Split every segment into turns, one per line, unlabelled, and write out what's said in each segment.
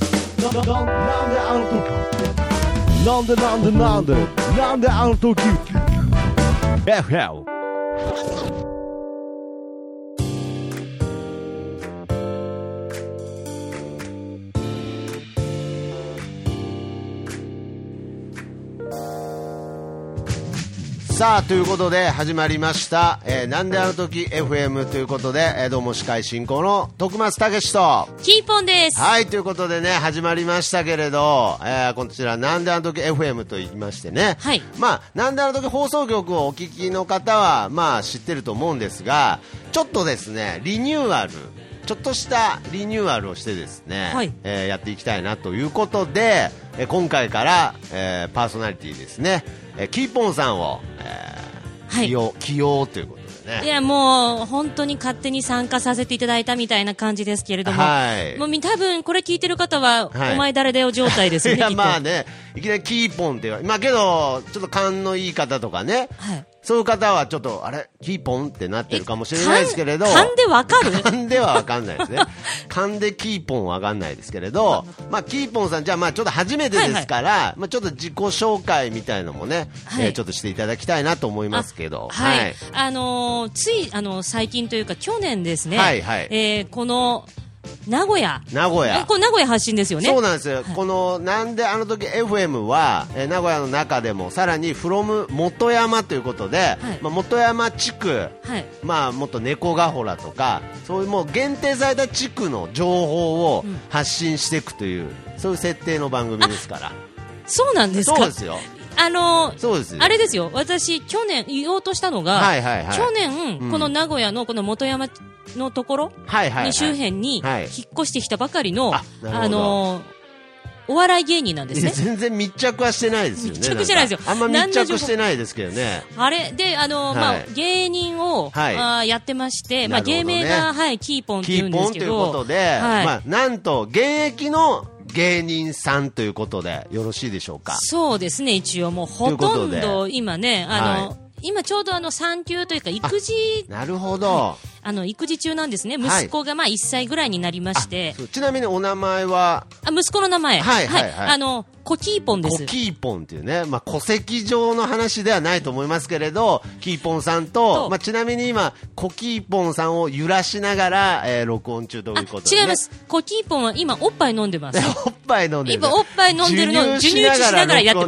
なんであの時なんでなんでなんでなんであの時 FM
さあということで始まりました「えーなんであの時 FM」ということで、えーどうも司会進行の徳松剛史と
キーポンです。
はいということでね始まりましたけれど、えーこちら「なんであの時 FM」と言いましてね、
はい
まあ「なんであの時放送局」をお聞きの方は、まあ、知ってると思うんですがちょっとですねリニューアルちょっとしたリニューアルをしてですね、
はい
えーやっていきたいなということで、えー今回から、えーパーソナリティですね、えーキーポンさんを、えー
はい
起用起用ということで
い
ね
やもう本当に勝手に参加させていただいたみたいな感じですけれども、
はい
もうみ多分これ聞いてる方は、
はい
お前誰だよ状態です ね。
いや
きっと
まあねいきなりキーポンって言わまあけどちょっと勘のいい方とかね、
はい
そういう方はちょっとあれキーポンってなってるかもしれないですけれど
え勘勘でわかる
勘ではわかんないですね勘でキーポンはわかんないですけれどまあキーポンさんじゃあまあちょっと初めてですから、まあちょっと自己紹介みたいのもね、
はい
えーちょっとしていただきたいなと思いますけど
あはい、あのーついあのー最近というか去年ですね。
はいはい
えーこの名古屋。
名古屋
えこれ名古屋発信ですよね。
そうなんですよ、このなんであの時 FM は、えー名古屋の中でもさらに from 元山ということで、
い
まあ、元山地区、
はい
まあ、もっと猫ヶ原とかそういうもう限定された地区の情報を発信していくという、そういう設定の番組ですから
そうなんですか。
そうですよ
あのー
そうですよ
あれですよ、私、去年言おうとしたのが、
はいはいはい
去年、
うん
この名古屋のこの元山のところ、
はいはい、はい、
の周辺に引
はい
っ越してきたばかりの、
あなるほど
あのーお笑い芸人なんで
い
す
や
ね。
全然密着はしてないですよね
密着してないですよ
んかあんま密着してないですけどね
あれで、あの
は
ー
い
まあ、芸人を、
はい
あーやってまして、まあ、
なるほ
芸
どね
名が、はい、キーポンって
キ
言うん
ー
で
ポン
す
とい
け
う
ど。
ことで、
はい
まあ、なんと現役の芸人さんということでよろしいでしょうか
そうですね、一応もうほ
という
とん
こと
ど今ね、あの、
は
今ちょうどあの産休というか育児、
なるほど、
あの育児中なんですね。
はい
息子がまあ1歳ぐらいになりまして、
そうちなみにお名前は
あ息子の名前、
はいはいはい
あのコキーポンで
コ
す。
キーポンっていうね、まあ、戸籍上の話ではないと思いますけれどキーポンさんと、
と
まあ、ちなみに今コキーポンさんを揺らしながら、えー録音中ということで、ね、
違います。コキーポンは今おっぱい飲んでます。
おっぱい飲んでる
今おっぱい飲んでるのを
録音で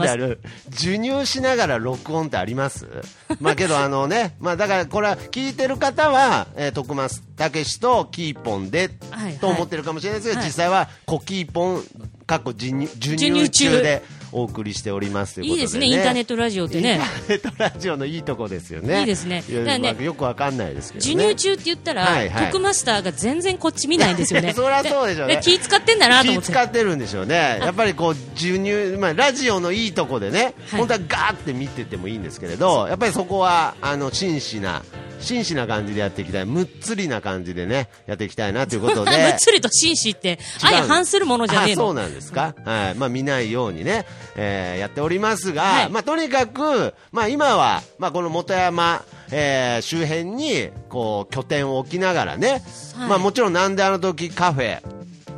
ある授乳しながら録音ってあります まあけどあのねまあだからこれは聞いてる方は、えー、徳松たけしとキーポンで、
はい
と思ってるかもしれないですけど、
はい
実際はコキーポンかっこ授乳授乳
乳
中
中
でお送りしておりますという
い
こ
い
とで、ね、
ですね、インターネットラジオってね。
インターネットラジオのいいとこですよね
いいですね
や
だからね
まあよくわかんないですけどね
授乳中って言ったら、
はいはい
トクマスターが全然こっち見ないんですよね。
そりゃそうでしょうね
気使ってんだなと思っ
気
て。
使ってるんでしょうね、やっぱりこう授乳、まあ、ラジオのいいとこでね、
はい。
本当はガーって見ててもいいんですけれど、やっぱりそこはあの真摯な、真摯な感じでやっていきたい、むっつりな感じでね、やっていきたいなということで
むっつりと紳士って相反するものじゃねえ
あそう
の。
なんですか、はいまあ、見ないようにね、えーやっておりますが、
はい
まあ、とにかく、まあ、今は、まあ、この元山、えー周辺にこう拠点を置きながらね、
はい
まあ、もちろん、なんであの時カフェ、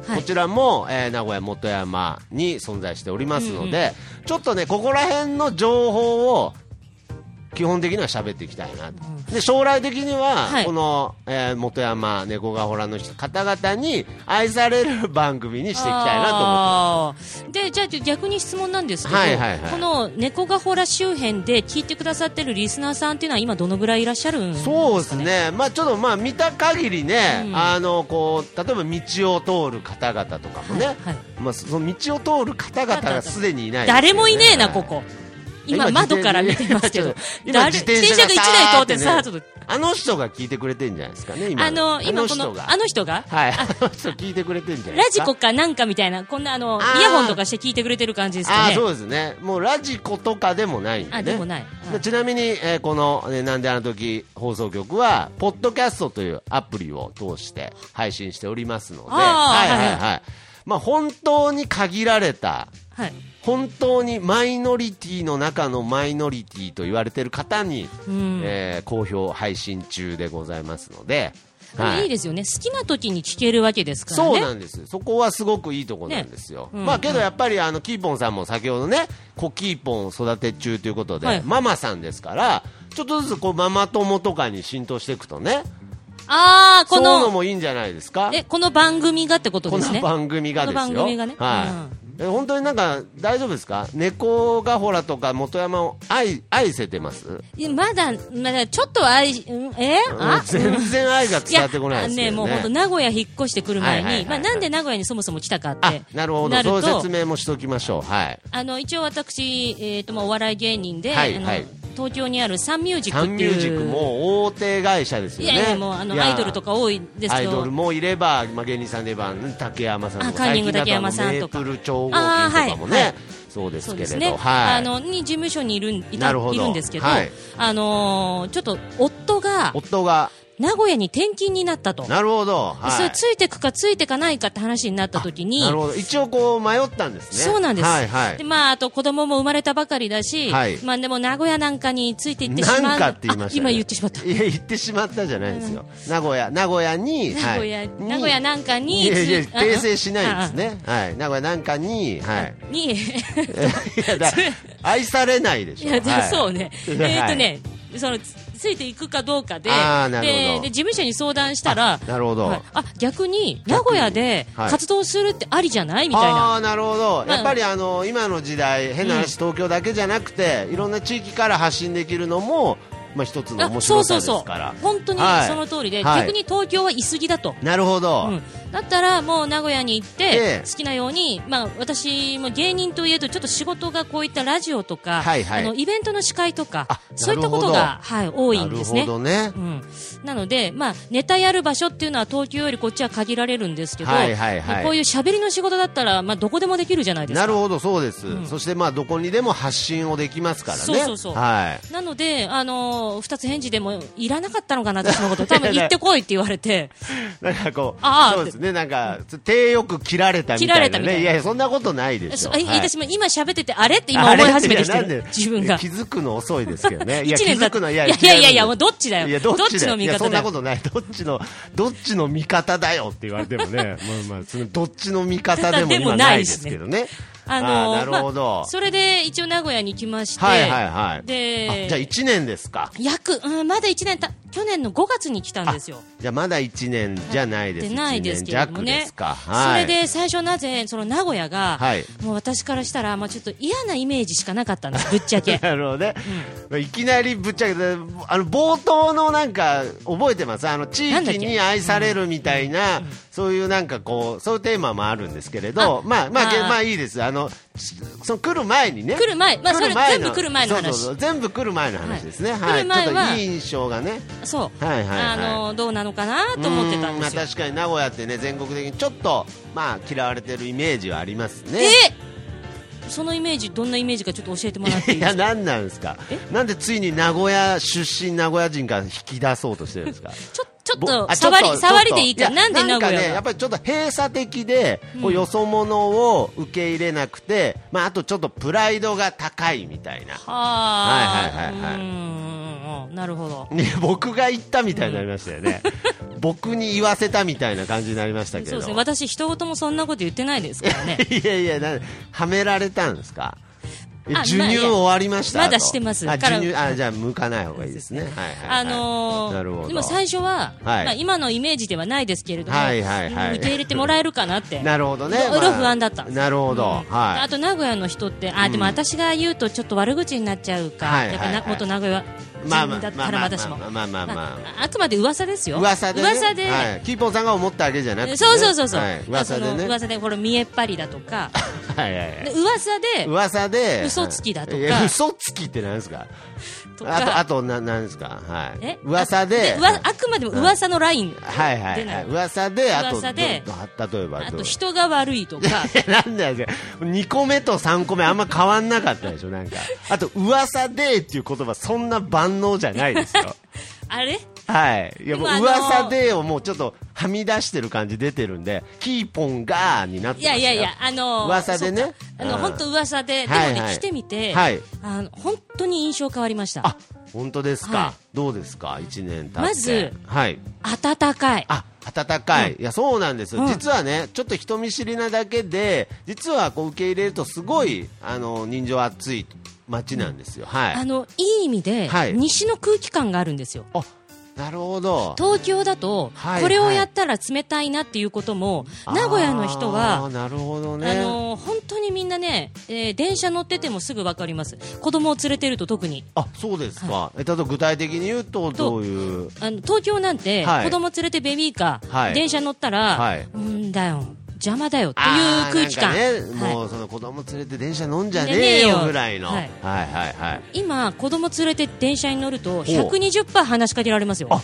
はい
こちらも、えー名古屋元山に存在しておりますので、ちょっとね、ここら辺の情報を基本的には喋っていきたいなと、で将来的には、
はい
この、えー元山猫がほらの人方々に愛される番組にしていきたいなと思って
あーでじゃあ逆に質問なんですけど、
はいはいはい
この猫がほら周辺で聞いてくださってるリスナーさんっていうのは今どのぐらいいらっしゃるんですか、ね、
そうですね、まあ、ちょっとまあ見た限りね、
うん
あのこう例えば道を通る方々とかもね、
はいはい
まあ、その道を通る方々がすでにいないですよね、
誰もいねえな、ここ。今、窓から見てま すけど。
今
誰
自
自
転
転
車
車
が
が1
さ
台
ー
通
っ
ってて
ね
さーっと。
あの人が聞いてくれてんじゃないですかね今
あの、今この
人、が
あの人が
はいあの人聞いてくれてんじゃな
ラ
いです
ジ
か
コかなんかみたいな、こんなあの
あ、ー
イヤホンとかして聞いてくれてる感じですか
ああ
ね。
そうですねもうラジコとかでもないんで、ね、
あでもない
でちなみに、えーこの、ね「なんであの時放送局はポッドキャストというアプリを通して配信しておりますので
あー
はいはいは、
はいい
まあ、本当に限られた
はい。
本当にマイノリティの中のマイノリティと言われている方に、
うん
えー好評配信中でございますので、はい
いいですよね。好きな時に聞けるわけですからね。
そうなんです。そこはすごくいいとこなんですよ。
ねうん
まあけどやっぱりあのキーポンさんも先ほどね、コキーポンを育て中ということで、
はい
ママさんですから、ちょっとずつこうママ友とかに浸透していくとね、
ああ、こ
そういうの
の、
もいいんじゃないですか。
え、この番組がってこと
こ
です
の
ね。
番組がですよ。
この番組がね
はい。え本当になんか大丈夫ですか猫がほらとか元山を愛愛せてます
いやまだ、まだ、ちょっと愛し、うんえあ
全然愛が
い
伝わ
や
ってこないですよね。
あね、もう本当、名古屋引っ越してくる
はい
前
はいはい
に、
は
ま
い
あなんで名古屋にそもそも来たかって
あ、なるほど。
な
そうい
る
う説
と、
明もしておきましょう。はい。
あの一応私、えーとまあ、お笑い芸人で、
はい
あの
はい
東京にあるサンミュージッ
サ
ク
ン
っ
ミ
て
ュ
いう。
ージックもう大手会社です
い
よね
やいや、もうあの
いや
アイドルとか多いです
ア
け
イド
ど
ル、もいれば、まあ、芸人さんで言えばうん竹山さんとか
あカーリン
最近
グ
だ
竹山さんとか
あのメープル超合
あー
金
はい
とかもね、
はい
そうです
そう
け
です
れ
ね、
ど、はい、
あのに事務所にいるんい
な
た
るほど
いるんですけど、
はい
あのーちょっと夫が
夫が
名古屋に転勤になったと、
なるほど、はい、
それついてくかついてかないかって話になった時に
なるほど一応こう迷ったんですね
そうなんです、
はいはい
でまあ、あと子供も生まれたばかりだし、
はい
まあ、でも名古屋なんかについていってしまう
なんかって言いました、ね、
あ今言ってしまった
いや言ってしまったじゃないですよ、名古屋名古屋に
名古
は
屋
い
名古屋なんかに
いやいや
ついあ
訂正しないんですねはい名古屋なんかに はい
あに
いやだ愛されないでし
い
ょ。
や、
はい
そうね、え
はい
ーとねそのつついていくかどうかで
あーなるほど
でで事務所に相談したら
あなるほど
はいあ逆に名古屋で
はい
活動するってありじゃないみたいな
ああなるほど、
まあ
やっぱりあの今の時代変な話、東京だけじゃなくていろんな地域から発信できるのも、まあ、一つの面
あそ
白
う
さ
そ
で
う
す
そ
から
う本当に
はい
その通りで、
はい
逆に東京は居すぎだと。
なるほど、
うん、だったらもう名古屋に行って、
ええ
好きなように、まあ、私も芸人といえどちょっと仕事がこういったラジオとか、
はいはい
あのイベントの司会とか
あ
そういったこと
なる
が、はい、多い
なんる
です
ほ
ね。
どね
うん、なので、まあ、ネタやる場所っていうのは東京よりこっちは限られるんですけど、
はいはいはい
こういう喋りの仕事だったら、まあ、どこでもできるじゃないですか。
なるほどそうです、
うん
そしてまあどこにでも発信をできますからね
そうそうそう
はい
なので、あのー二つ返事でもいらなかったのかな、私の こと、多分行ってこいって言われて、
なんかこう
ああ
そうですねなんか手よく切られたみたいな、ね、
切られたみたいない
やいやそんなことないでしょ
そうえ
はい
私も今喋ってて、あれって今思い始めてきて
あれいや
る
なん、で
自分が
気。づくの遅いですけどねいや
一年
気づ
経って
くの
いやいやいやいやもうどっちだよ
いやどっちだよ
どっちの味
い
方だよ
やそんなことないどっちのどっちの味方だよって言われてもねまあまあそのどっちの味方でも
でも
今
ない
ないですけどね
あの
ーなるほど、
まあ、それで一応名古屋に来まして、
はいはいはい
で
あじゃあ1年ですか
約、うん、まだ1年た、去年の5月に来たんですよ。
じゃあまだ1年じゃないです、
でないですけれども
一年弱
ね
ですか、はい、
それで最初なぜその名古屋が、
はい
もう私からしたら、まあ、ちょっと嫌なイメージしかなかったんですぶっちゃ け
なるほどね、いきなりぶっちゃけてあの冒頭のなんか覚えてますあの地
なんだっ
域
け
に愛されるみたいなそういうなんかこうそういうテーマもあるんですけれど
あ
まあまあ
あ
け
ー
まあいいですあのちその来る前にね
来る前まあそれ
来る前の
全部来る前の話
そうそうそう全部来る前の話ですね、
はい
はい
来る前は
ちょっといい印象がね
そう、
はいはいはい
あのどうなのかなと思ってたんです
うーま
よ
あ、確かに名古屋ってね全国的にちょっとまあ嫌われてるイメージはありますね
えそのイメージどんなイメージかちょっと教えてもらっていい
い
で
や
すか
何なんですかなんでついに名古屋出身名古屋人から引き出そうとしてるんですか
ちょちょっ
ぼ
と
あ
触
ちょっ
り
と
触りでいい
ちょ
か
っと
なんで名
な
古
んかね、
屋
やっ
が
ぱりちょっと閉鎖的で、こうよそ者を受け入れなくて、まあ、あとちょっとプライドが高いみたいな。はいは
は
いはいはいう
ーんうんなるほど
ね僕が言ったみたいになりましたよ ね、僕に言わせたみたいな感じになりましたけ
そう
ど、
ですね私一言もそんなこと言ってないですからね
いやいやな、はめられたんですか、え
あ
授乳
まあいや
終わりました
まだ
と
してます
あ
から
授乳あじゃあ、向かない方がいいですね、はいはいはい
あの
なるほど
ー、でも最初は、
はい
まあ、今のイメージではないですけれども、
はいはいはい
うん受け入れてもらえるかなって。
なるほどね
いろいろ
まあ
不安だったんです
なるほど
うん
はい
あと名古屋の人って、あ、でも私が言うとちょっと悪口になっちゃうか、
はいはい
やっ
はい
ぱな元名古屋人
まあまあ
だったから私も。
まあまあまあまあまあ
あくまで噂ですよ。
噂で、ね、
噂で
はい、キーポンさんが思ったわけじゃなくてね、
そうそうそうそう。
はい、噂で
そ
ね
の噂で、これ見えっ張りだとか、
はいはいは
で
い
噂で、
噂で
嘘つきだとか
いや嘘つきってなんですか
と
あと
か
あ、とななんですかはい
え
噂で
あうわあくまでも噂のライン。
はいはい
出
は
ないい
噂であと
噂で
どど例えばどう
あと人が悪いと か。
いやなんだよ2個目と3個目あんま変わんなかったでしょなん かあと噂でっていう言葉そんな万能じゃないです よ
あれ
はいいやもう
でもあの
噂でをもうちょっとはみ出してる感じ出てるんでキーポンがーになって
い
ました
や
よ
いやいや、あのー
噂でね
そうかあの、
うん
本当噂で、でも
はい
ね、
はい
来てみて、
はい
あの、本当に印象変わりました。
あ本当ですか、
は
どうですか1年経って
まず
はい
暖かい。
あ暖かい、いやそうなんです、
うん
実はね、ちょっと人見知りなだけで、実はこう受け入れると、すごいあの人情熱い街なんですよ、はい、
あの、いい意味で、
はい
西の空気感があるんですよ。
あなるほど、
東京だと、
はい
これをやったら冷たいなっていうことも、名古屋の人
あー
は、
なるほど
あ
ね、
の本当にみんなね、えー電車乗っててもすぐ分かります、子供を連れてると特に。
あそうですか、え例えば具体的に言うと、どういう、
あの東京なんて、
はい
子供連れてベビーカー、
はい
電車乗ったら、
はい
うんだよ、邪魔だよってい
あ
う
ー
空気感、
なんかね
はい
もうその子供連れて電車飲んじゃねえ
ねえ
よ
よ
ぐらいの、
は
はいい、はいはいはい
今、子供連れて電車に乗ると、
う
120%話しかけられますよ、
あ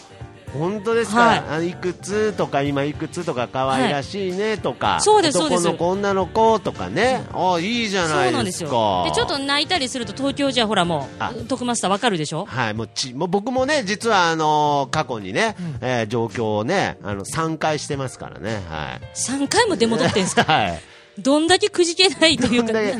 本当ですか、
はい
い、あいくつとか今いくつとか可愛らしいねとか、
いそうですそうです
男の子女の子とかね、あいいじゃ
そう
な
ないんで
ですす
よ
か
で、ちょっと泣いたりすると、東京じゃほら、も
あ
う、徳マスター分かるでしょ、
はい、もうちもう僕もね、実はあのー過去にね、えー状況をね、あの3回してますからね、は
3回も出戻ってんす
い、
か、
はい、
どんだけくじけないとい
こ
うんか、
だけ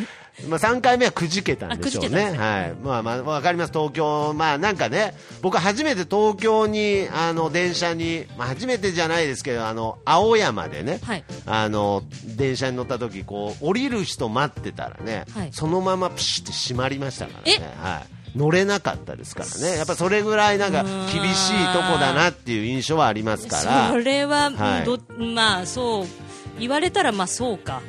まあ、3回目はくじけたんでしょう
あくじけた
ね、はいまあまあ、わかります、東京、まあなんかね、僕、初めて東京に、あの電車に、まあ、初めてじゃないですけど、あの青山でね、
はい
あの電車に乗った時こう降りる人待ってたらね、
はい
そのままプシュって閉まりましたから
え
ね。はい乗れなかったですからね、やっぱそれぐらいなんか厳しいとこだなっていう印象はありますから、
それは、
はい
どまあ、そう、言われたら、まあ、そうか、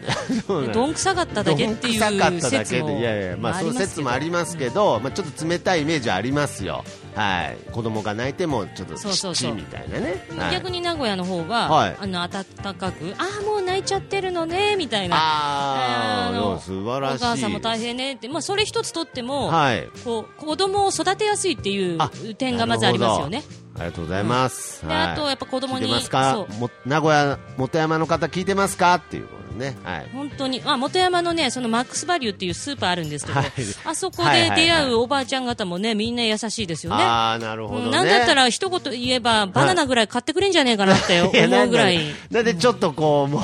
そうなんです
どんくさかっただけってい
どんくさかっ
う
ただけ
説
で
も
いやいや、まあ、そういう説もありますけど、まあ、ちょっと冷たいイメージはありますよ、はい、子供が泣いてもちょっと
そうそうそ
チ
う
ッチみたいなね、はい
逆に名古屋の方は、
はい
あの暖かく、ああ、もう泣いちゃってるのねみたいな、
あ
あ
ー
の
いや素晴らしい
お母さんも大変ねって、まあ、それ一つとっても、
はい
こう子供を育てやすいっていう
あ
点がまずありますよね
なる。ほどありがとうございます、
うんであとやっぱ子供に
聞いてますか
そう
も名古屋元山の方聞いてますかっていうことね、はい、
本当に、まあ、元山のね、そのマックスバリューっていうスーパーあるんですけど、
はい
あそこ
はい
で
はいはい
出会うおばあちゃん方もね、みんな優しいですよね。
ああなるほどね、
うんなんだったら一言言えば、バナナぐらい買ってくれんじゃねえかなって思
や
うぐらい。
なんでちょっとこうも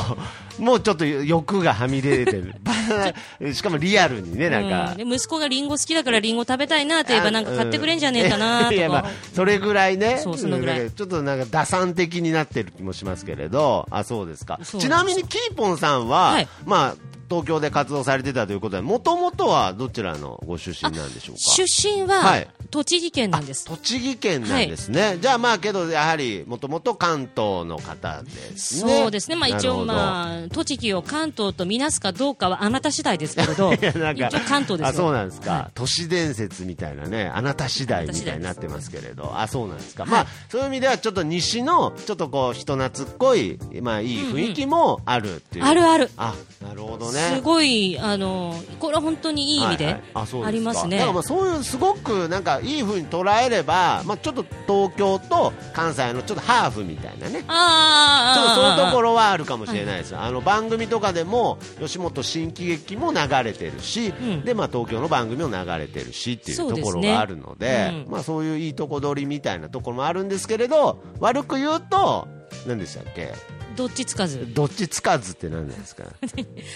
うもうちょっと欲がはみ出てる バナ ナしかもリアルにねなんか、
うんで息子がリンゴ好きだからリンゴ食べたいなって言えばなんか買ってくれんじゃねえかなと
いやま
か
あ、それぐらいね
そうそのぐら
う
い
んなんかちょっとなんか打算的になってる気もしますけれどあそうですか
そう
ちなみにキーポンさんは、
はい
まあ東京で活動されてたということでもともとはどちらのご出身なんでしょうか
出身
は
はい栃木県なんです、
栃木県なんですね、じゃあまあけどやはりもともと関東の方ですね
そうですね、まあ、一応、
あ
まあ、栃木を関東とみなすかどうかはあなた次第ですけれど、
い
一
やなんか
応関東ですよ
あそうなんですか、
は
都市伝説みたいなねあなた次第みたいになってますけれどあそうなんですか、まあそういう意味ではちょっと西のちょっとこう人懐っこいまあいい雰囲気もあるっていう、
あるある、
あなるほどね
すごい、あのこれは本当にいい意味
はい
で
はいあそうですか
ありますね
だか。らまあそういうすごくなんかいい風に捉えれば、まあ、ちょっと東京と関西のちょっとハーフみたいなねちょっとそういう
あーあー、
ところはあるかもしれないです、あの番組とかでも吉本新喜劇も流れてるし、
ん
でまあ、東京の番組も流れてるしっていう
そう
と
ですね
ころがあるので
うん
まあ、そういういいとこ取りみたいなところもあるんですけれど悪く言うと何でしたっけ
どっちつかず、
どっちつかずって何なん ですか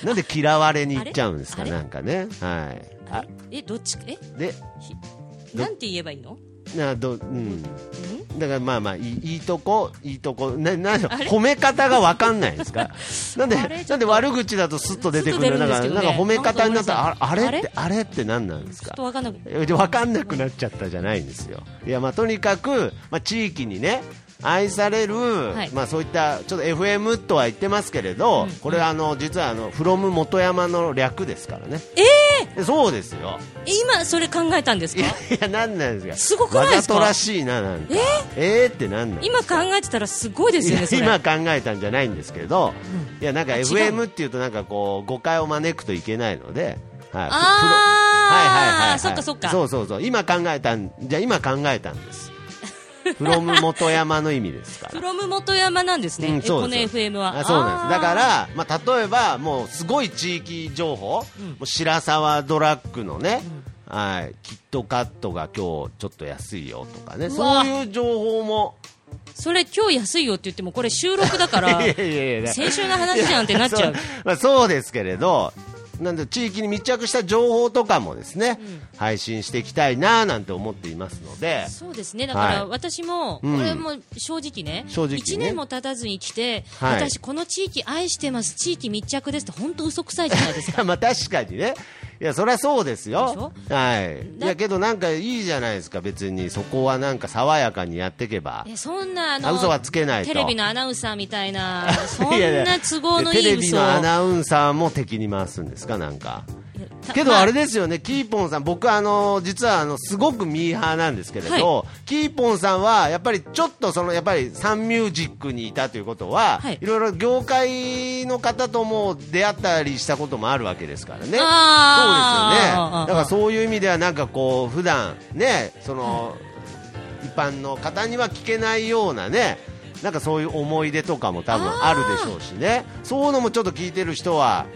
なんで嫌われに行っちゃうんですか
あれ
なんかね、はい、あ
え、どっち、え、
でど
なんて言えばいいの
などうんだからまあまあいいいいとこいいとこななんだろう褒め方がわかんないんです かなんで
あれちょっと
なんで悪口だとスッと出てくる
スッと出るん
な
で
ん
す
か
けどね
なんか褒め方になった
なん
ら
か
ああれ
あれ
ってあれって何なんです
ちょ
か
っとわかんなく
で分かんなくなっちゃったじゃないんですよいやまあとにかく、まあ、地域にね愛される、
い
まあ、そういったちょっと FM とは言ってますけれど、これはあの実はあの「from 元山」の略ですからねえそうですよ
え今、それ考えたんです
い
か
やいやなんなんですか
すごくないですか
わざとらしいななんかえー、ってなんなん
今考えてたらすごいですよね、そ
い
れ。
や今考えたんじゃないんですけど、いやなんか
あ違う
FM っていうとなんかこう誤解を招くといけないので、はい、プロはいはい
あー
はいはい
そっかそっか
そうそうそう今考えたんじゃあ今考えたん です。フロム元山の意味ですか
フ
ら。
ロム元山なんですね、
うん
え
そ
こ
う
の
です
FM は。
あそうなんですだか
あ
ら、まあ、例えばもうすごい地域情報、もう白沢ドラッグのね、はい、キットカットが今日ちょっと安いよとかね
う
そ
わ
ういう情報も
ー、それ、今日安いよって言っても、これ、収録だから、
いやいやいや
先週の話じゃんってなっち ゃ
い
う
やそうまあ、そうですけれどなんで地域に密着した情報とかもですね、配信していきたいななんて思っていますので、
そうですねだから
はい
私も、
うん
これも正直ね
正直ね
1年も経たずに来て、
はい
私、この地域愛してます地域密着ですって本当嘘くさいじゃないで すか。
まあ確かにね、いや、そりゃそうですよ、はい、い
だ
やけどなんかいいじゃないですか、別にそこはなんか爽やかにやっていけば、
えそんなあの
あ嘘はつけないと
テレビのアナウンサーみたいなそん
いやいや
な都合のい
テ
い
レビ
嘘を
のアナウンサーも敵に回すんですか、なんか。けど
ま
あれですよね、キーポンさん、僕、あの実はあのすごくミーハーなんですけれど、キーポンさんはやっぱりちょっとそのやっぱりサンミュージックにいたということは、
はい
い、ろいろ業界の方とも出会ったりしたこともあるわけですからね、そうですよね
あーあーあーあー
だからそういう意味では、なんかこう、普段ねその、一般の方には聞けないようなね。なんかそういう思い出とかも多分あるでしょうしね、そういうのもちょっと聞いてる人は、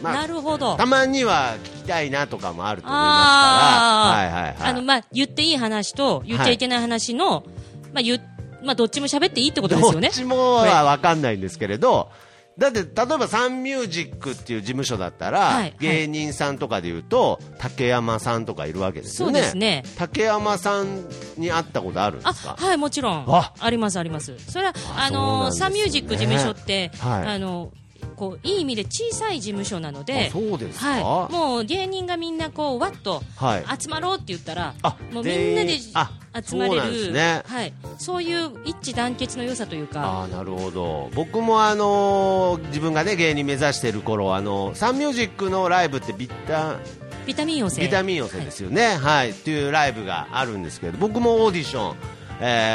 まあ
なるほど
たまには聞きたいなとかもあると思いますから、はいはいはい、
あの、まあ、言っていい話と、言っちゃいけない話の、まあ、言っ、まあ、どっちも喋っていいってことですよ
ど
ね
っ。ちもは分かんないんですけれど、だって例えばサンミュージックっていう事務所だったら、
はいはい
芸人さんとかでいうと、竹山さんとかいるわけですよね、
そうですね
竹山さんに会ったことあるんで
あ、
すか
はい、もちろん。
あ
あります、あります。それは、
あ
あ
そうなん
の、
ですね
サンミュージック事務所って、
はい
あの、こう、いい意味で小さい事務所なので
あ、そうですか
はい。もう芸人がみんなこう、わっと
はい、
集まろうって言ったら、
あ
もうみんな
で
で
あ
集まれ
そうなんです
る、
ね
はい。そういう一致団結の良さというか、
あーなるほど僕も、あのー自分が、ね、芸人目指してる頃、あのーサンミュージックのライブってビッター
ビタミンをせ
ビタミン寄せですよね、はいっていうライブがあるんですけど僕もオーディション、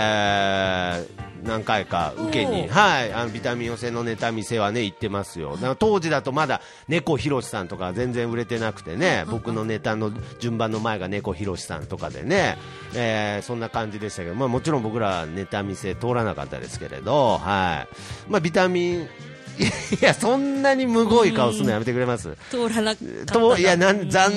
えー何回か受け
お
に、
ー
はい、あのビタミン寄せのネタ見せは、ね、行ってますよだから当時だとまだ猫ひろしさんとか全然売れてなくてね僕のネタの順番の前が猫ひろしさんとかでね、えーそんな感じでしたけど、まあ、もちろん僕らネタ見せ通らなかったですけれど、はいまあ、ビタミンいやそんなにむごい顔するのやめてくれます、
通らなかった
と
ら。
いやなん
うん
残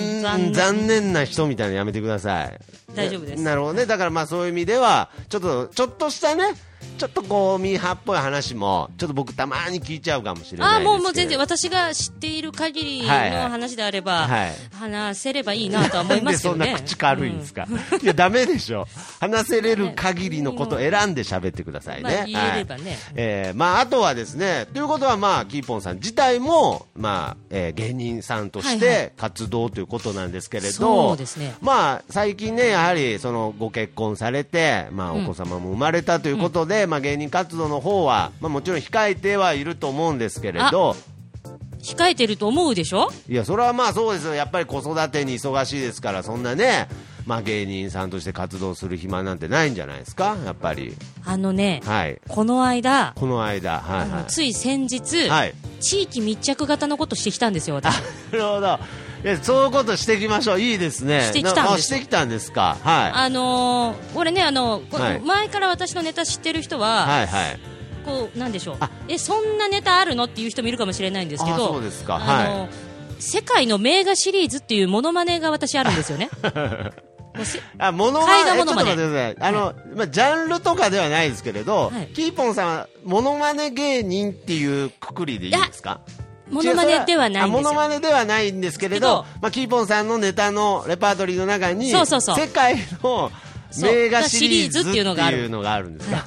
残念な人みたいなのやめてください
大丈夫です
なるほどねだからまあそういう意味ではちょっとちょっとしたねちょっとこうミーハーっぽい話もちょっと僕たまに聞いちゃうかもしれ
あ
ない
あ
ですけれど
もうもう全然私が知っている限りの
はいはい
話であれば、
はい
話せればいいなとは思いますけどね。
なんでそんな口軽いんですか、いやダメでしょ話せれる限りのことを選んで喋ってくださいね、
まあ言えればね
はいえーまあ、あとはですねということは、まあ、キーポンさん自体も、まあえー芸人さんとし
はいは
て活動ということなんですけれど、
そうですね
まあ、最近ねやはりそのご結婚されて、まあ、お子様も生まれたということで、まあ、芸人活動の方は、まあ、もちろん控えてはいると思うんですけれど
うん控えてると思うでしょ
いや、それはまあそうですよ。やっぱり子育てに忙しいですから、そんなね、まあ芸人さんとして活動する暇なんてないんじゃないですか、やっぱり。
あのね、
はい。
この間、
この間、はい
あ
は
のつい先日、
い。はい。
地域密着型のことしてきたんですよ、私。
なるほど。いやそういうことしてきましょう。いいですね。
してきたんです
なあしてきたんですか。は
あのー、俺ね、あの、こ
はい
前から私のネタ知ってる
い。
人は、
はいはい。
こう、なんでしょう
あ。
え、そんなネタあるのっていう人もいるかもしれないんですけ
あ
ど、
そうですか
あの
は
世界の名画シリーズっていうモノマネが私あるんです よね。もうせ
あ、もの
絵画
えちょ
モ
っ
ノ
と
マ
待
ネ
ってください。あの、まあ、ジャンルとかではないですけれど、
はい
キーポンさんは、モノマネ芸人っていうくくりでいいですか
モノマネではないんですよ。
あモノマネではないんですけれど、まあ、キーポンさんのネタのレパートリーの中に、
そうそうそう
世界の名画シリーズ
そうシリーズっていうのがある
っていうのがあるんですか。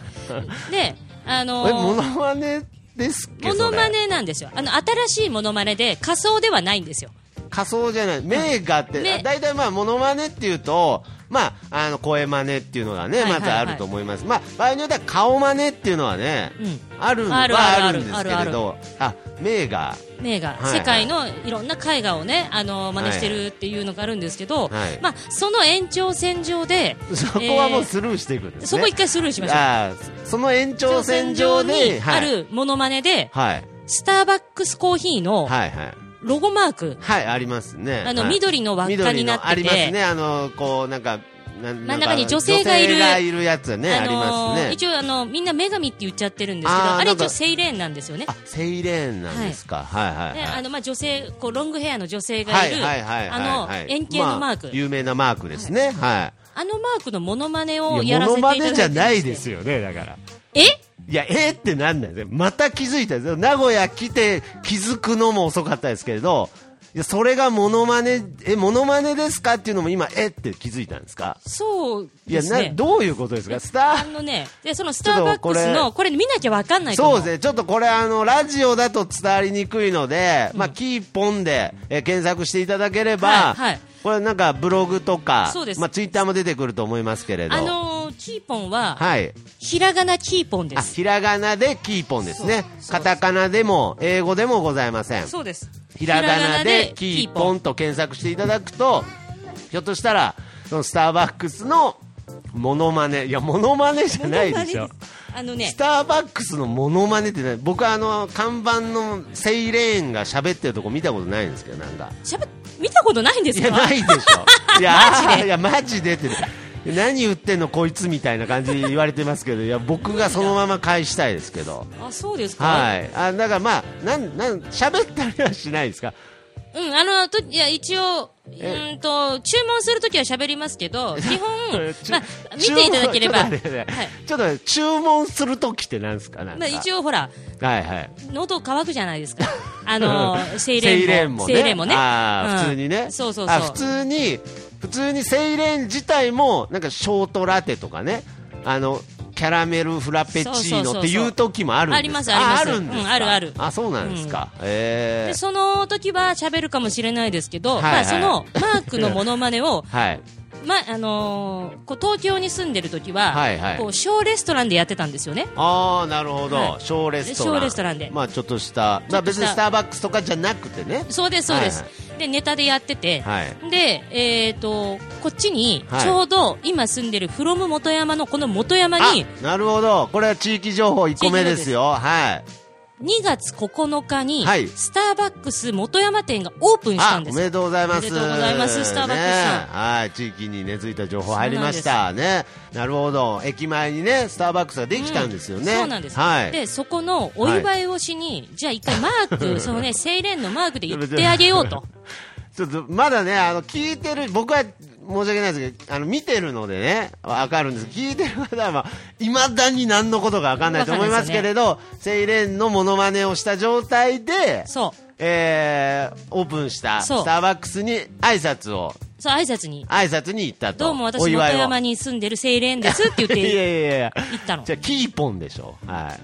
で、あの
え、モノ
ー、
マネですっけ
モノマ
それ
ネなんですよ。あの、新しいモノマネで仮想ではないんですよ。
仮想じゃない、名画って、
め
だいたいまあ、モノマネっていうと、まあ、あの、声真似っていうのがね、
はいはい
まずあると思います。まあ、場合によっては顔真似っていうのはね、
うん
ある
ある
はあ
ある
るんですけ
あ
れ
る
ど、あ、名画。
名画、
いはい
世界のいろんな絵画をね、あのー、真似してるっていうのがあるんですけど、
はい
まあ、その延長線上で、
そこはも
え
う
ー
スルーしていくんですね。
そこ一回スルーしましょう。
あーその延長線上
延長線上
で、
に
はい
あるモノマネで、
はい。
スターバックスコーヒーの
はいはい。
ロゴマーク、
はい、ありますね。
あの
はい
緑の輪っかになっ
緑のあ
てて
りますね。あの、こう、なんか、な真
真ん中に女性がいる
女性がいるやつね、あ
の
りますね。
一応あの、みんな女神って言っちゃってるんですけど、
あー
あれ
なん
一
か
応セイレーンなんですよね。
あ、セイレーンなんですか。はい、はい、はい
であのまあ女性こうロングヘアの女性が
はいい
る、
はいはいはい
あの
はい
円形のマーク、
まあ有名なマークですね。は
あのマークのモノマネ
い。
を
い
やらせていただいて
モノマネじゃないですよね、だから。
え
いや、えーってなんないですよまた気づいたんですよ。名古屋来て気づくのも遅かったですけれど、いやそれがモノマネ、え、モノマネですかっていうのも今、えって気づいたんですか
そう
いや、
ですね。
な、どういうことですかスタ
あ
ー、
のね、で、そのスターバックス
ちょっ
の、
と
これ見なきゃわかんないと
そ
思
うですね、ちょっとこれ、あのラジオだと伝わりにくいので、まあ、キーポンで、えー検索していただければ、
はいはい
これ、なんかブログとか、
そうです
まあ、ツイッターも出てくると思いますけれど、
あのー、キーポンは、
はい、
ひらがなキーポンで
あ
す。
ひらがなでキーポンですね
そう、
カタカナでも英語でもございません、
そうです。
ひらがなでキ
ひら
ー
がな
ポンと検索していただくと、ひょっとしたら、そのスターバックスのモノマネ、いや、モノマネじゃないでしょ。。
あのね
ス、ターバックスのモノマネってない僕はあの看板のセイレーンが喋ってるとこ見たことないんですけどなん か
しゃべ、見たことないんで
い
す
や
か
ないでしょいや
マジで
いやマジでって何言ってんのこいつみたいな感じで言われてますけどいや僕がそのまま返したいですけど
あ、そうですか。
はいあだからまあなんなん喋ったりはしないですか
うん、あの、といや、一応、う
え
ーんと、注文するときは喋りますけど、基本
ち、ゅ
まあ、見ていただけれ
注
ば、は
文
い
ちょっと待ってねちょっと待って注文する時ってなんですかなん
ま
か
あ、一応ほら、
はいはい
喉乾くじゃないですか。あの、セイレ
セイレー
ン
ン
も。
も
セ
ね。
イレンもね。
あー
うん
普通にね。
そうそう
あ
そ
普
う。
通に、普通にセイレン自体も、なんかショートラテとかね、あの、キャラメルフラペチ
そうそう
ー
そうそ
ノ
う
っていう時もあるんですか
ありますあります
るんですか、
うんあるある
あ、そうなんですか。え
でその時は喋るかもしれないですけど、
はい
ま
は
あ
い
そのマークのモノマネを
え、はい。
まあのーこう東京に住んでる時は、
はいはい
こう小レストランでやってたんですよね。
ああ、なるほ
は
ど。
い
ショーレストラン。
ショーレストランで
まあ、ちょっとした。
ちょ
ま
っ
あ、
とし
別
た
にスターバックスとかじゃなくてね。
そうですそうです。
はい
でネタでやってて、
はい。
でえっ、とこっちに
はい
ちょうど今住んでる from 元山のこの元山に
あ、なるほど。これは地域情報1個目ですよ。はい。
2月9日に
はい
スターバックス元山店がオープンしたんで
お
す
め
よ。
でとうございます。
おめでとうございますスターバックスさん
ねはい、地域に根付いた情報入りましたね。なるほど。駅前にね、スターバックスができたんですよね。
そうなんです、
はい。
でそこのお祝いをしに、じゃあ一回マー クそのねセイレンのマークで言ってあげようと
ちょっと、まだね、あの、聞いてる、僕は、申し訳ないですけど、あの、見てるのでね、わかるんです。聞いてる方は、まあ、未だに何のことかわかんないと思いますけれど、セイレンのモノマネをした状態で、
そう
えー、オープンした、
そう
スターバックスに挨拶を、
そう挨拶に
挨拶に行ったと。
どうも私
お
元
祝いを
山に住んでるセイレンですって言 っ
いや
て
いやいや
言ったの
じゃあキーポンでしょはい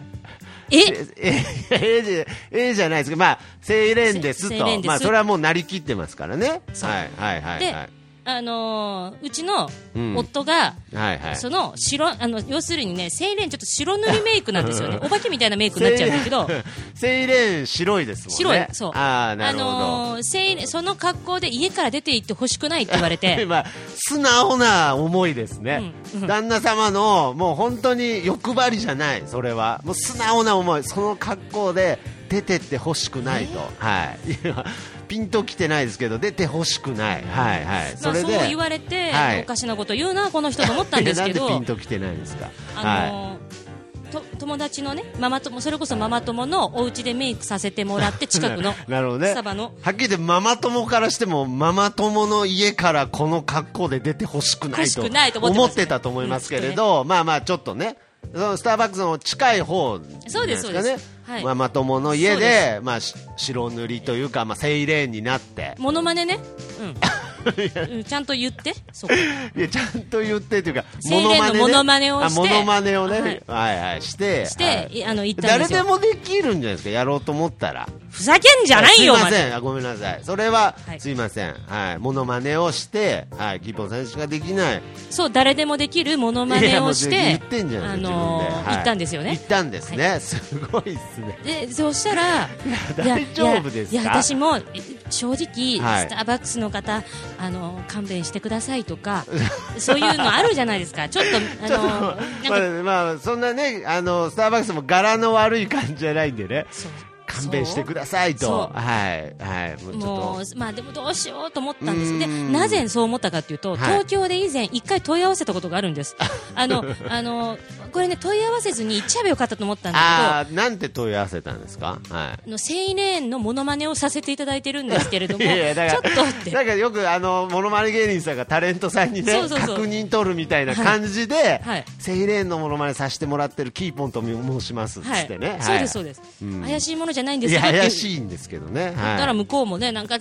え
えええじゃえじゃないですけどまあセイレンです
セイ
と
レンです
まあそれはもうなりきってますからね
そう
はいはいはい
で
はい
あのーうちの
うん
夫が、
はいはい
その白あの要するにねセイレンちょっと白塗りメイクなんで すよねお化けみたいなメイクになっちゃうんだけど
セ イレン白いですもんね
白いそう
ああなるほど、
あのーセイレンその格好で家から出て行ってほしくないって言われ て
まあ、素直な思いですね、
うんうん
旦那様のもう本当に欲張りじゃない、それは、もう素直な思い、その格好で出てってほしくないと、はい、い やピンときてないですけど、出てほしくない、はいはい、
ま
そ
あ、
れ
そう
で、
言われて、
はい
おかしなこと言うなこの人と思ったんですけ
いやな
ど
んでピンときてないんですか、
あ
はい、
のと友達のねママ友それこそママ友のお家でメイクさせてもらって近くの
なるほどね
スタバの
はっきり言ってママ友からしてもママ友の家からこの格好で出てほしくないと
欲しくないと思ってます
思ってたと思いますけれど、まあまあちょっとねそのスターバックスの近い方じゃないですか
そう
ね
ですそうですはい
ママ友の家
そうで
でまあ、し白塗りというか、まあ、セイレーンにな って
モノマネね、 うんうん、ちゃんと言ってそこ
いやちゃんと言ってというか
セイレーンのモノマネをして
あモノマネをね、
は
はいい、はいして
して
はい
あの言ったんで
誰
す
で
よ
もできるんじゃないですかやろうと思ったら
ふざけんじゃないよお
すいま
前
せんあごめんなさいそれは、
はい
すいませんはいモノマネをしてはいギボンさんしかできない
そう誰でもできるモノマネをし
いや
て
もう言ってんじゃな
あ
いですか
の
自分ではい
行ったんですよ
行
ね
ったんですね、すごいですね
でそし たらいや
大丈夫ですか
いやいや私もえ正直、
はい
スターバックスの方あの勘弁してくださいとかそういうのあるじゃないで すかちょっとあの
まあ
なんか、
まあそんなねあのスターバックスも柄の悪い感じじゃないんでね
そう
勘弁してください
そ
と
う
はいはいもうちょっと
もうまあでもどうしようと思ったんです
う
で
ーん
なぜそう思ったかというと、
はい
東京で以前一回問い合わせたことがあるんですあのあのこれね問い合わせずに行っちゃえばよかったと思ったんだ
ああ、なんて問い合わせたんですか、は
けどあのセイレーンのモノマネをさせていただいてるんですけれど
い、
も
いやいやだ
ちょ
か
っ
ら
とって
だからよくあのモノマネ芸人さんがタレントさんにね
そうそうそう
確認取るみたいな感じで、
はい
セイレーンのモノマネさせてもらってるキーポンと申しますっつってね、
はい、そうですそう
で
です、
うん
怪しいものじゃないんです
い
け
や
どっていう
怪しいんですけどね、
だから
はい、
向こうもね、なんか、あ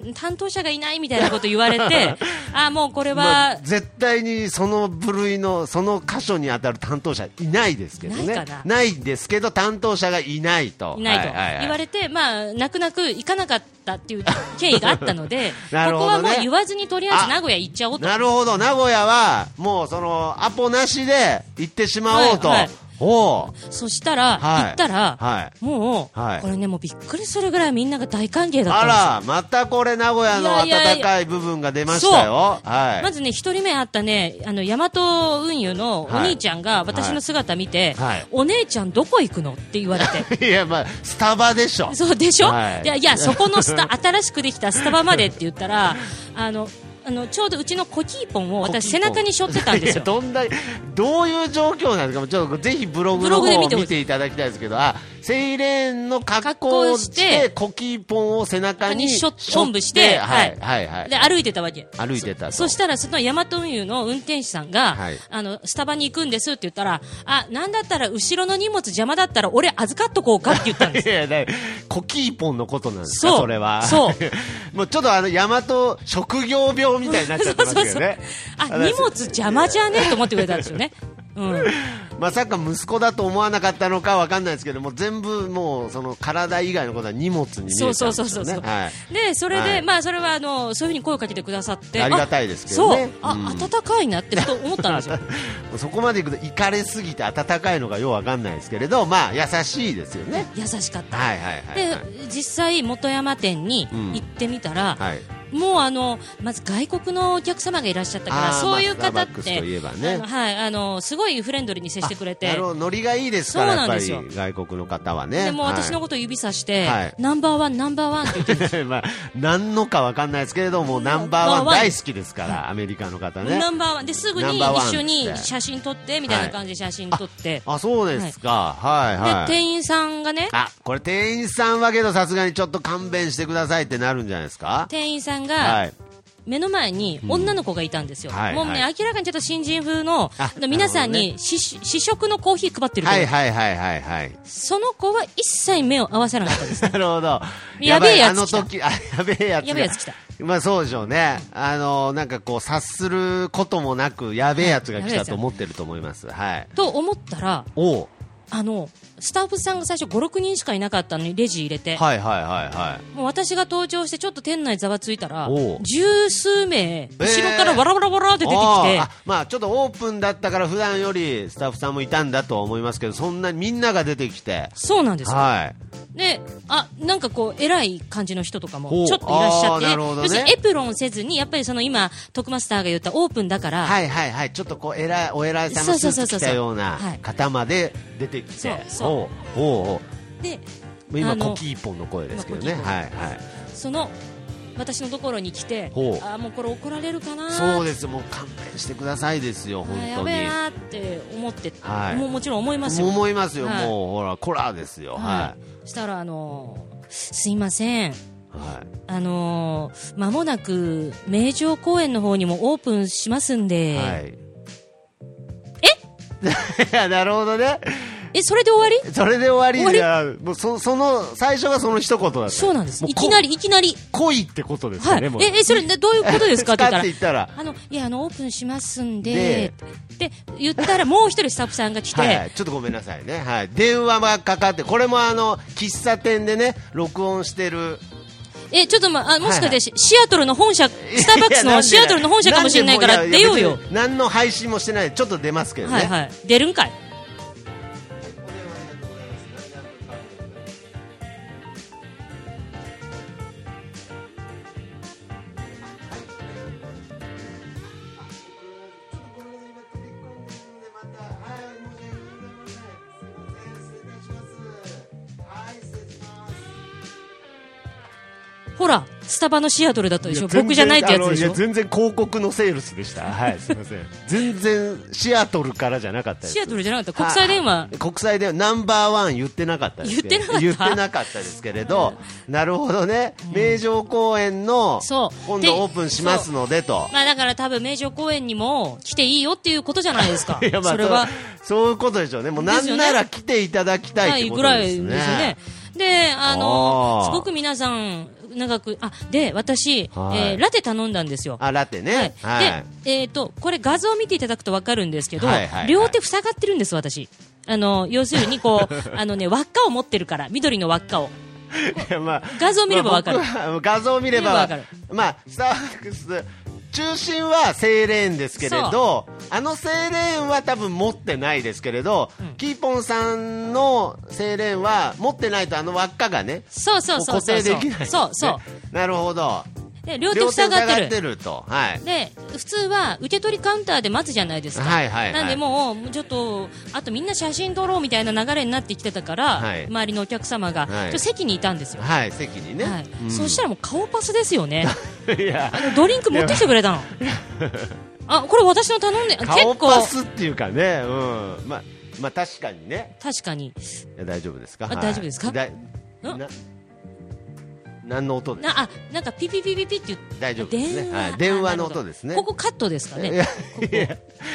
ー担当者がいないみたいなこと言われ て、あーもうこれ
まあ
は、
絶対にその部類のその箇所に当たる担当者いないですけどね
ないかない
んですけど担当者がいないと
いないと
ははは
言われて、まあ、泣く泣く行かなかったっていう経緯があったので、
なる
こ
ほ
こ
どね
はもう言わずにとりあえず名古屋行っちゃおうと。
なるほど、名古屋はもうそのアポなしで行ってしまおうと。
はいはい
おう
そしたら、
はい
行ったら、
はい
もう、
はい
これね、もうびっくりするぐらいみんなが大歓迎だったんですよ。
あら、またこれ名古屋の
いやいやい
温
や
かい部分が出ましたよ。はい。
まずね、一人目あったね、あの、ヤマト運輸のお兄ちゃんが私の姿見て、
はいはい
お姉ちゃんどこ行くのって言われ て。
いや、まあ、スタバでしょ。
そうでしょ、
はい
い、やいや、そこのスタ 新しくできたスタバまでって言ったら、あのあのちょうどうちのコキーポンを
コキ
私、背
ーポン
中に背負ってたんです
いや
よ。
どんなどういう状況なんですか、ちょっとぜひブログの
ブログで
方を
見てほしい
見ていただきたいですけど、あセイレーンの格好
格好
を
を
し、
してて
コキーポンを背中に
にしょおんぶして
はい、
は
はい、 はい
で。歩いてたわけ
歩いてたと
そそしたらそのヤマト運輸の運転手さんが、
はい
あのスタバに行くんですって言ったらあなんだったら後ろの荷物邪魔だったら俺預かっとこうかって言ったん で
い
す
やいや、コキーポンのことなんですか、
そう
それは。
そう。
もうちょっとあの、大和職業病みたいになっちゃってますけどね
あ荷物邪魔じゃねえと思ってくれたんです よね、うん、
まさか息子だと思わなかったのかわかんないですけども、全部もう、その体以外のことは荷物に見えちゃ
そううん
ですよ
そ
ね。
うそうそうそう、
はい。
でそれで、
はい
まあそれはあのそういうふうに声をかけてくださって
ありがたいですけどね
あそう
うん
あ温かいなってふと思ったんですよ
そこまでいくと、いかれすぎて温かいのがようわかんないですけれど、まあ、優しいですよね。
優しかった、
はいはいはい、はい。
で実際元山店に行ってみたら、
はい、
もうあのまず外国のお客様がいらっしゃったか
あ
ら
ー
そういう
ま
方
あスターバ
っ
ックス
て
といえばね
あのはいあのすごいフレンドリーに接してくれ
あ
て
なるほどノリがいいですから、
そ
や
うな
っ
ん
ぱ
で
り
すよ
外国の方はね。
でもう私の
こ
ことを指さして、
はい
ナンバーワンナンバーワンって言って
と、 まあ、何のかわかんないですけれども、ナンバーワン大好きですから、アメリカの方ね。
ナンバーワンですぐ
ナン
に
バーワン
一緒に
って
写真撮ってみたいな感じで写真撮って、
あ、そうですか。はい、はい。
で店員さんがね
あ、これ店員さんはけどさすがにちょっと勘弁してくださいってなるんじゃないですか
店員さんが、
はい。
目の前に女の子がいたんですよ、
はい
もうね、
は
明らかにちょっと新人風の
あ
皆さん
なるほ
に試試食のコーヒー配ってる子、
はいはいはいはいはい。、
その子は一切目を合わせなかったです
なるほど。
やべえやつ
ばいあの時、あ、 やべえやつが。
やべえやつ来た
まあそうでしょうね。あの、なんかこう、察することもなく、やべえやつが
は
来
いやべえ
た
やつ
と思ってると思います。はい。
と思ったら
おう
あの、スタッフさんが最初5、6人しかいなかったのに、レジ入れて、
はいはいはいはい。
もう私が登場して、ちょっと店内ざわついたら
おう、
十数名、後ろからわらわらわらって出てきて、
あーあまあちょっとオープンだったから普段よりスタッフさんもいたんだとは思いますけどそんなみんなが出てきて
そうなんですよ
はい
で、あ、なんかこう、偉い感じの人とか
ほう
も、ちょっといらっしゃっ
あーな
て、
るほどね
要するにエプロンせずに、やっぱりその今、徳マスターが言ったオープンだから、
はいはいはい、ちょっとこう偉いお偉いさんのスーツ着たような
そうそうそうそうはい
方まで出てきて、
そう
おうおうおう
で、
今、
あの
コキ一本の声ですけどね、
今コキ一本
はいはい、
その、私のところに来て、あ
ほう
ーもうこれ怒られるかな
そうです、もう勘弁してくださいですよ、
あ
本
ーや
当
べ
に。
えなーって思って、
はい
もうもちろん思いますよ。
思いますよ、
はい
もうほら、こらですよ、は
はい。したら、あのーすいません。
い、はい、
あのー間もなく、名城公園の方にもオープンしますんで、
はい。えいや、 なるほどね、
え、それで終わり
それで終わり
終
だ、もうそその最初がその一言だった、
そうなんです。
もう
い
こ
きなり、いきなり。
恋ってことですよ
はい
ね、も。う
え、え、それ、などういうことで すかって言っ
だ
たら
って言。ったら、
あのいやあのオープンしますんでって言ったらもう一人スタッフさんが来て、
はいはい、ちょっとごめんなさいね、はい、電話がかかって、これもあの喫茶店でね、録音してる、
えちょっと、ま、あもしか
はいは
して
い
シ,、アトルの本社スターバックス
いやなん
の
で
シアトルの本社かもしれないから
んでも
出ようよ
いや、別に何の配信もしてない、ちょっと出ますけどね、
はいはい、出るんかいほら、スタバのシアトルだったでしょ
いや
僕じゃないってやつでし
全然あのい
ょ
や全然広告のセールスでした。はい、すみません。全然シアトルからじゃなかったです。
シアトルじゃなかった 国際電話
はい国際電話ナンバーワン言ってなかったですけど
言ってなかった
言ってなかったですけれど、なるほどね。名城公園の
そう
今
で
度オープンしますのでと。
まあだから多分名城公園にも来ていいよっていうことじゃないですか
いやまあ
それは
そうそういうことでしょうね。もうな
ですよ
ん
ね
なら来ていただきたいっ
い
てこ
ぐ
と
らい
で
ですすよ
ね。
ね。で、あ
あ
の
ー
すごく皆さん、長く、あ、で、私、
はい
えーラテ頼んだんですよ。
あ、ラテね。は。
はいい、で、えっ、と、これ画像を見ていただくとわかるんですけど、
はいはいはい
両手塞がってるんです、私。あの、要するに、こう、 あのね、輪っかを持ってるから、緑の輪っかを。
いやまあ
画像見ればわかる
まあ僕は画像見ればわかる
見れば
まあスターバックス中心はセーレーンですけれどあのセーレーンは多分持ってないですけれど、
ん
キーポンさんのセーレーンは持ってないとあの輪っかがね
そうそうそうそう
固定
そ
で
う。
きないですね
そうそう。
なるほど
で、両手塞がってる。
るとはい
で、普通は受け取りカウンターで待つじゃないですか。
はいはいはい
なんでもう、もうちょっと、あとみんな写真撮ろうみたいな流れになってきてたから、
はい
周りのお客様
は
が、
い
ちょっと席にいたんですよ。
はい席にね、
はい
うん
そしたらもう顔パスですよね
いや
ドリンク持ってきてく れたのあこれ私の頼んで結
顔
構
パスっていうかねうんまあまあ確かにね
確かに
いや大丈夫ですか
あ大丈夫ですか
だい
ん
な何の音ですか
なあなんかピピピピピって言って
大丈夫ですね
電
はい
話,、
電話の音ですね
ここカットですか
い
ね
や
ここ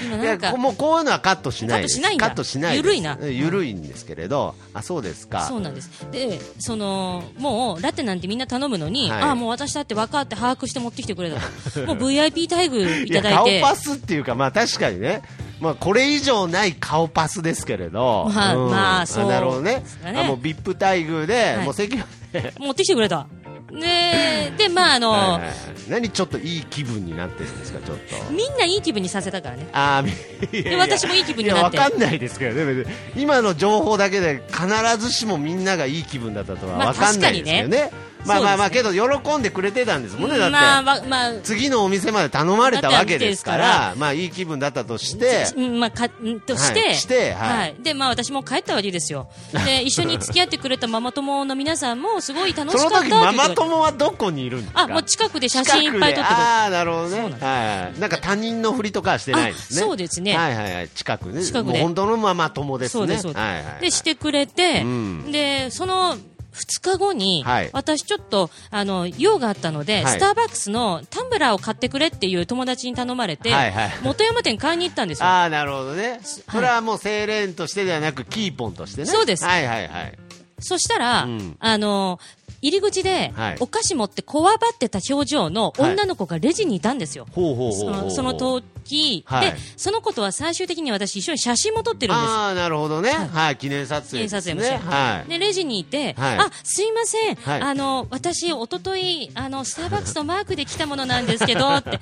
今
い
な
や
んか
こもうこういうのはカットしないです
カットしないんだ
です
緩いな
うん緩いんですけれどあそうですか
そうなんですでそのもうラテなんてみんな頼むのに、
はい
あもう私だって分かって把握して持ってきてくれた ともう VIP 待遇いた
や
だい
顔
て
パスっていうかまあ確かにねまあこれ以上ない顔パスですけれど、
まあ
ん
まあそう
なるほどね
ですかね
あもう VIP 待遇で、
はい
もう席はね
持ってきてくれたねでまああの、
はいはいはい何ちょっといい気分になってるんですかちょっと
みんないい気分にさせたからね
あーいやいや
私もいい気分になって
いやわかんないですけどね別に今の情報だけで必ずしもみんながいい気分だったとは
まあ
わかんないですけどね,、
にね
まあ、まあまあ
そ
け
う
ど喜んでくれてたんですもんねだって、
まあまあまあ
次のお店まで頼まれたわけですから
だってあ
まあいい気分だったとして
うんまあ、かんとして,、
はいしてはい
でまあ、私も帰ったわけですよ で一緒に付き合ってくれたママ友の皆さんもすごい楽し
そ
か
の
ったっ
時
て言っ
マ
て
マ友はどこにいるんですか
あもう近くで写
近く
真いっぱい撮ってくれ
でああなるほどね
そうなんです
はいなんか他人のふりとかはしてないですね
あそうですね
はいはいはい近くね
近くで
もう本当のママ友ですね
そうですそうです、
はいはいはい
でしてくれて、
うん
でその2日後に、
はい
私ちょっとあの用があったので、
はい
スターバックスのタンブラーを買ってくれっていう友達に頼まれて、
はいはい
元山店買いに行ったんですよ
ああ、なるほどね。それはもう精錬としてではなく、キーポンとしてね。
そうです
はいはいはい。
そしたら、
うん
あの入り口で、
はい
お菓子持ってこわばってた表情の女の子がレジにいたんですよ、
ほうほう
そ
ほうほう
のその時、
はい
でその子とは最終的に私一緒に写真も撮ってるんです
ああ、なるほどね。はい、記念撮影ですね。
記念撮影もして
はい。
でレジにいて、
はい
あすいません、
はい
あの私、おとといあのスターバック スのマークで来たものなんですけどって、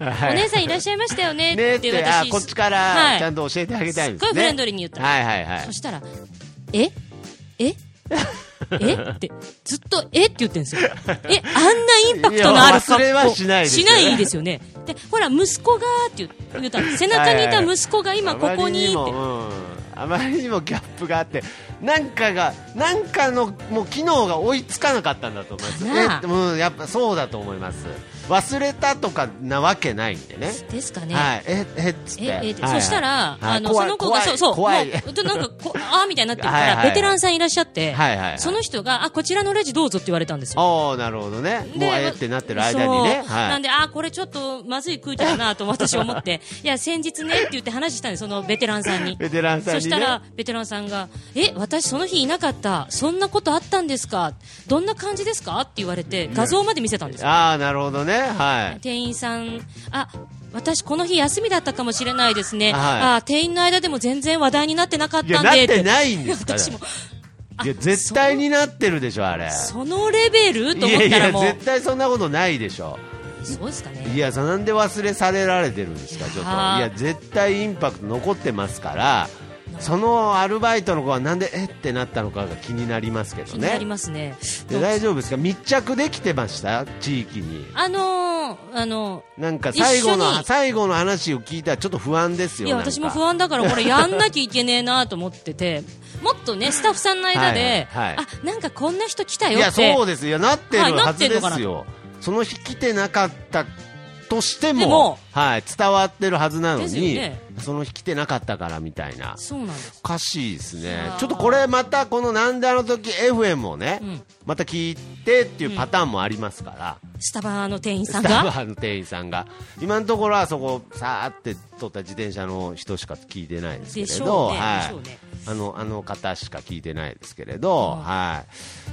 お姉さんいらっしゃいましたよね
ね
って
えって、
私
あーこっちか
は
ら
い
ちゃんと教えてあげたいんですね。
すっごいフレンドリーに言った
はいはいはい
そ。したら、えええって、ずっと、えって言ってる んですよ。え、あんなインパクトのある格好
いや忘れはしないですよね
しないですよね。で、ほら、息子がって言言ったの背中にいた息子が今ここにって。
あまりにも、うんあまりにもギャップがあって、なんかが、なんかの、もう機能が追いつかなかったんだと思います。
なあ
えうん、やっぱそうだと思います。忘れたとかなわけないんでね。
ですかね。
はい、え、えっつって。
ええーで
はい
そしたら、
はい
あの
怖
そ
い
の子
怖
が
い
そうそう
怖い。
も うとなんかこうあーみたいになってるから、
はいはい
ベテランさんいらっしゃって、
はいはいはい
その人があこちらのレジどうぞって言われたんですよ。
ああ、なるほどね。もうえってなってる間にね。
そう
は
なん
い。
で、あーこれちょっとまずい空気だなと私思 って、いや、先日ねって言って話したんです、そのベテランさんに。
ベテランさんにね
そしたら、ベテランさんが、え、私その日いなかった、そんなことあったんですか、どんな感じですかって言われて、画像まで見せたんですよ。
ああ、なるほどね。はい。
店員さん、あ私、この日休みだったかもしれないですね、
はい
あ店員の間でも全然話題になってなかっ
いや、
たんで
なっ
って
てないんですから。
私もあ
いや、絶対になってるでしょ、あれ。
そのレベルと
い
思
や
っ
い
たら
や、
もう、
絶対そんなことないでしょ。
すごいですかね。
いや、そなんで忘れされられてるんですか、ちょっと。い
はあ
や、絶対インパクト残ってますから。そのアルバイトの子はなんでえってなったのかが気になりますけど
気にな
ね
りますね。
で大丈夫ですか密着できてました地域に
あのー、あの
なんか最後
一緒
の
に
最後の話を聞いたらちょっと不安です
ー、
よ
いや、
なんか
私も不安だから、これやんなきゃいけねえなと思ってて、 もっとね、スタッフさんの間で、
はいはいはい
あ、なんかこんな人来た
い
よ
や
って。
そうですよなってる
はいな
は
っ
ず
てん
で
のかな
すよその日来てなかったとしても
でも
はい、伝わってるはずなの
ですよ
に、
ね
その日来てなかったからみたいな
そうなんです。
おかしいですね
あー
ちょっとこれまたこの「なんであの時 FM」をね、
うん
また聞いてっていうパターンもありますから、
スタバの店員さ
ス
ん
タ
が。
バの店員さんが今のところはそこさーって撮った自転車の人しか聞いてないですけれ
でし
ど、
ょうね
は
でし
い
ょうね
あのあの方しか聞いてないですけれど、は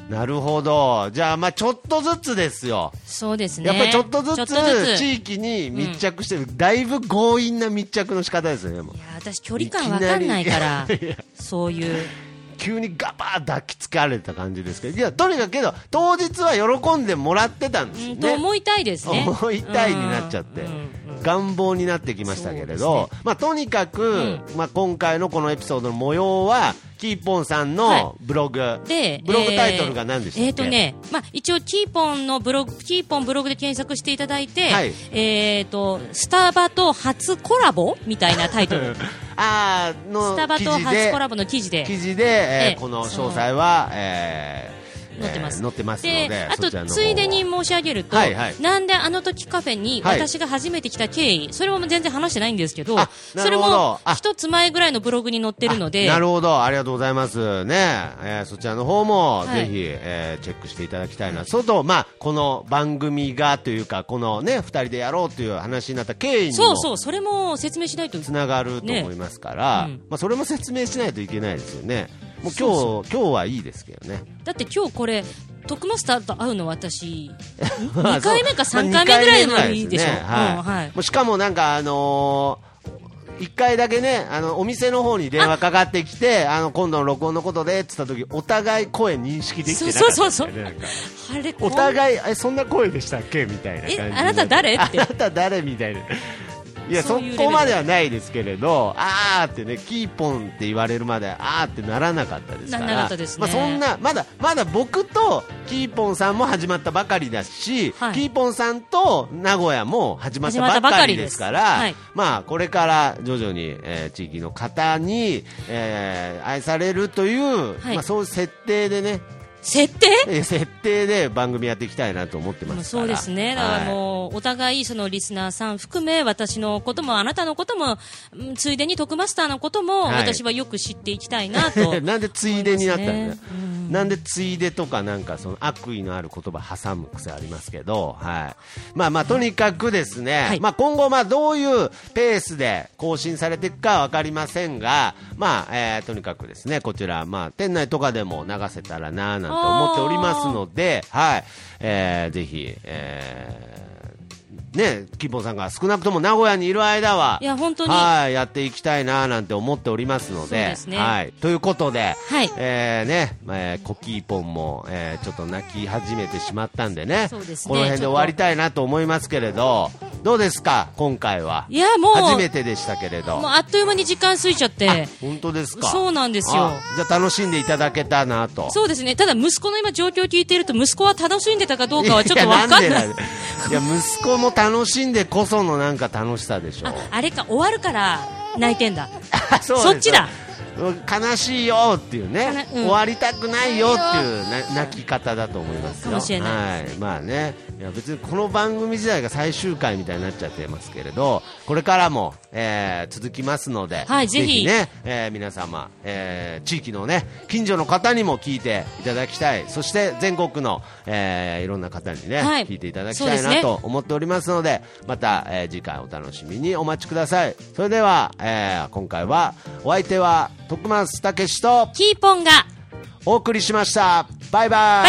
い、なるほどじゃあまあちょっとずつですよ
そうですね。
やっぱりちょっとず
ちょっ
つ
とずつ
地域に密着してる、だいぶ強引な密着の仕方ですよねもう
いや私距離感わかんないから
いきなりいや
そういう
急にガバーッ抱きつかれた感じですけどいやとにかくけど当日は喜んでもらってたんです
う
よ
ん
ね
と思いたいですね
思いたいになっちゃって、
うんうんうん
願望になってきましたけれ
そう
ど、まあ、とにかく、まあ、今回のこのエピソードの模様はキーポンさん
はい
のブログ、
で
ブログタイトルが何でしたっけ、
えーえーとね、まあ、一応キーポンのブログキーポンブログで検索していただいて、
はい
えー、とスタバと初コラボみたいなタイ トル
あーの
スタバ
記
と
事で
初コラボの記事で
記事で、えー
ええ
この詳細は、えー
載ってます
えー載ってますので
であ
そちらの
と
方
ついでに申し上げると、
はいはい
なんであの時カフェに
はい
私が初めて来た経緯、それも全然話してないんですけど
あな
それ
るほど
も
あ
一つ前ぐらいのブログに載ってるので
あなるほどありがとうございますね、えーそちらの方も
は
ぜ
い
ひ、えーチェックしていただきたいな、そうとまあこの番組がというかこのね二人でやろうという話になった経緯に
そ
も
うそうそれも説明しないと
つながると思いますから、
ねうん
まあそれも説明しないといけないですよねもう今日
そう
今日はいいですけどね
だって今日これ徳マスターと会うの私
まあ
2回目か
そう
3回目ぐらい
まあ
のいいでし
二回目ぐらいです
ょ、
ねはい
うんはい
もうしかもなんかあのー一回だけね、あのお店の方に電話かかってきて、あの今度の録音のことでって言った時、お互い声認識できてなかった
そうそうそ
で
うそう
すよねなんか
あれ
お
い
互いえそんな声でしたっけみたいな感じで
えあなた誰って
あなた誰みたいな。いや
そ
そう
いうレベル
こまではないですけれど、あーってね、キーポンって言われるまで、あーってならなかったですから、
ならなかったですね
まあ、そんなまだまだ僕とキーポンさんも始まったばかりだし、
はい
キーポンさんと名古屋も始まったばっかりですから、
始まったばかりです
まあ、これから徐々に、えー地域の方に、えー愛されるという、
はい
まあ、そういう設定でね、
設定
えー設定で番組やっていきたいなと思ってますか
そ
ら
うですね、だから
はい
もう、お互い、そのリスナーさん含め、私のことも、あなたのことも、うんついでに徳マスターのことも、
はい、
私はよく知っていきたいな と
なんでついでになったんだ、
思いますねうん
なんでついでとかなんかその悪意のある言葉挟む癖ありますけど、はい、まあまあとにかくですね、
はい
まあ今後まあどういうペースで更新されていくかわかりませんが、まあ、えーとにかくですねこちらまあ店内とかでも流せたらなあなんて思っておりますので、はい、えーぜひ、えーね、キーポンさんが少なくとも名古屋にいる間はい
や本当に
はいやっていきたいなあなんて思っておりますので
そうですね
はいはい、ということで、
はい
えーね、えーコキーポンも、えーちょっと泣き始めてしまったんでね、
そうですね
この辺で終わりたいなと思いますけれど、どうですか、今回は。
いやもう
初めてでしたけれど。
もうあっという間に時間過ぎちゃって、
本当ですか
そうなんですよ
あじゃあ楽しんでいただけたなと。
そうですね、ただ息子の今、状況を聞いてると、息子は楽しんでたかどうかはちょっとわかん
や
ない。
んでいや、息子も楽しんでこそのなんか楽しさでしょ
あ。あれか終わるから泣いてんだ
そうです
そっちだ
悲しいよっていう
かな
ね、
うん
終わりたくないよっていうな泣き方だと思いますよ
かもしれない
はいまあねいや別にこの番組自体が最終回みたいになっちゃってますけれどこれからも、えー続きますので、
はいぜひ
ね、えー皆様、えー地域のね近所の方にも聞いていただきたいそして全国の、えーいろんな方にね、
はい
聞いていただき
そう
た
で
い
すね
なと思っておりますのでまた、えー次回お楽しみにお待ちくださいそれでは、えー今回はお相手は徳松たけしと
キーポンが
お送りしましたバイバ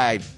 バイ
イ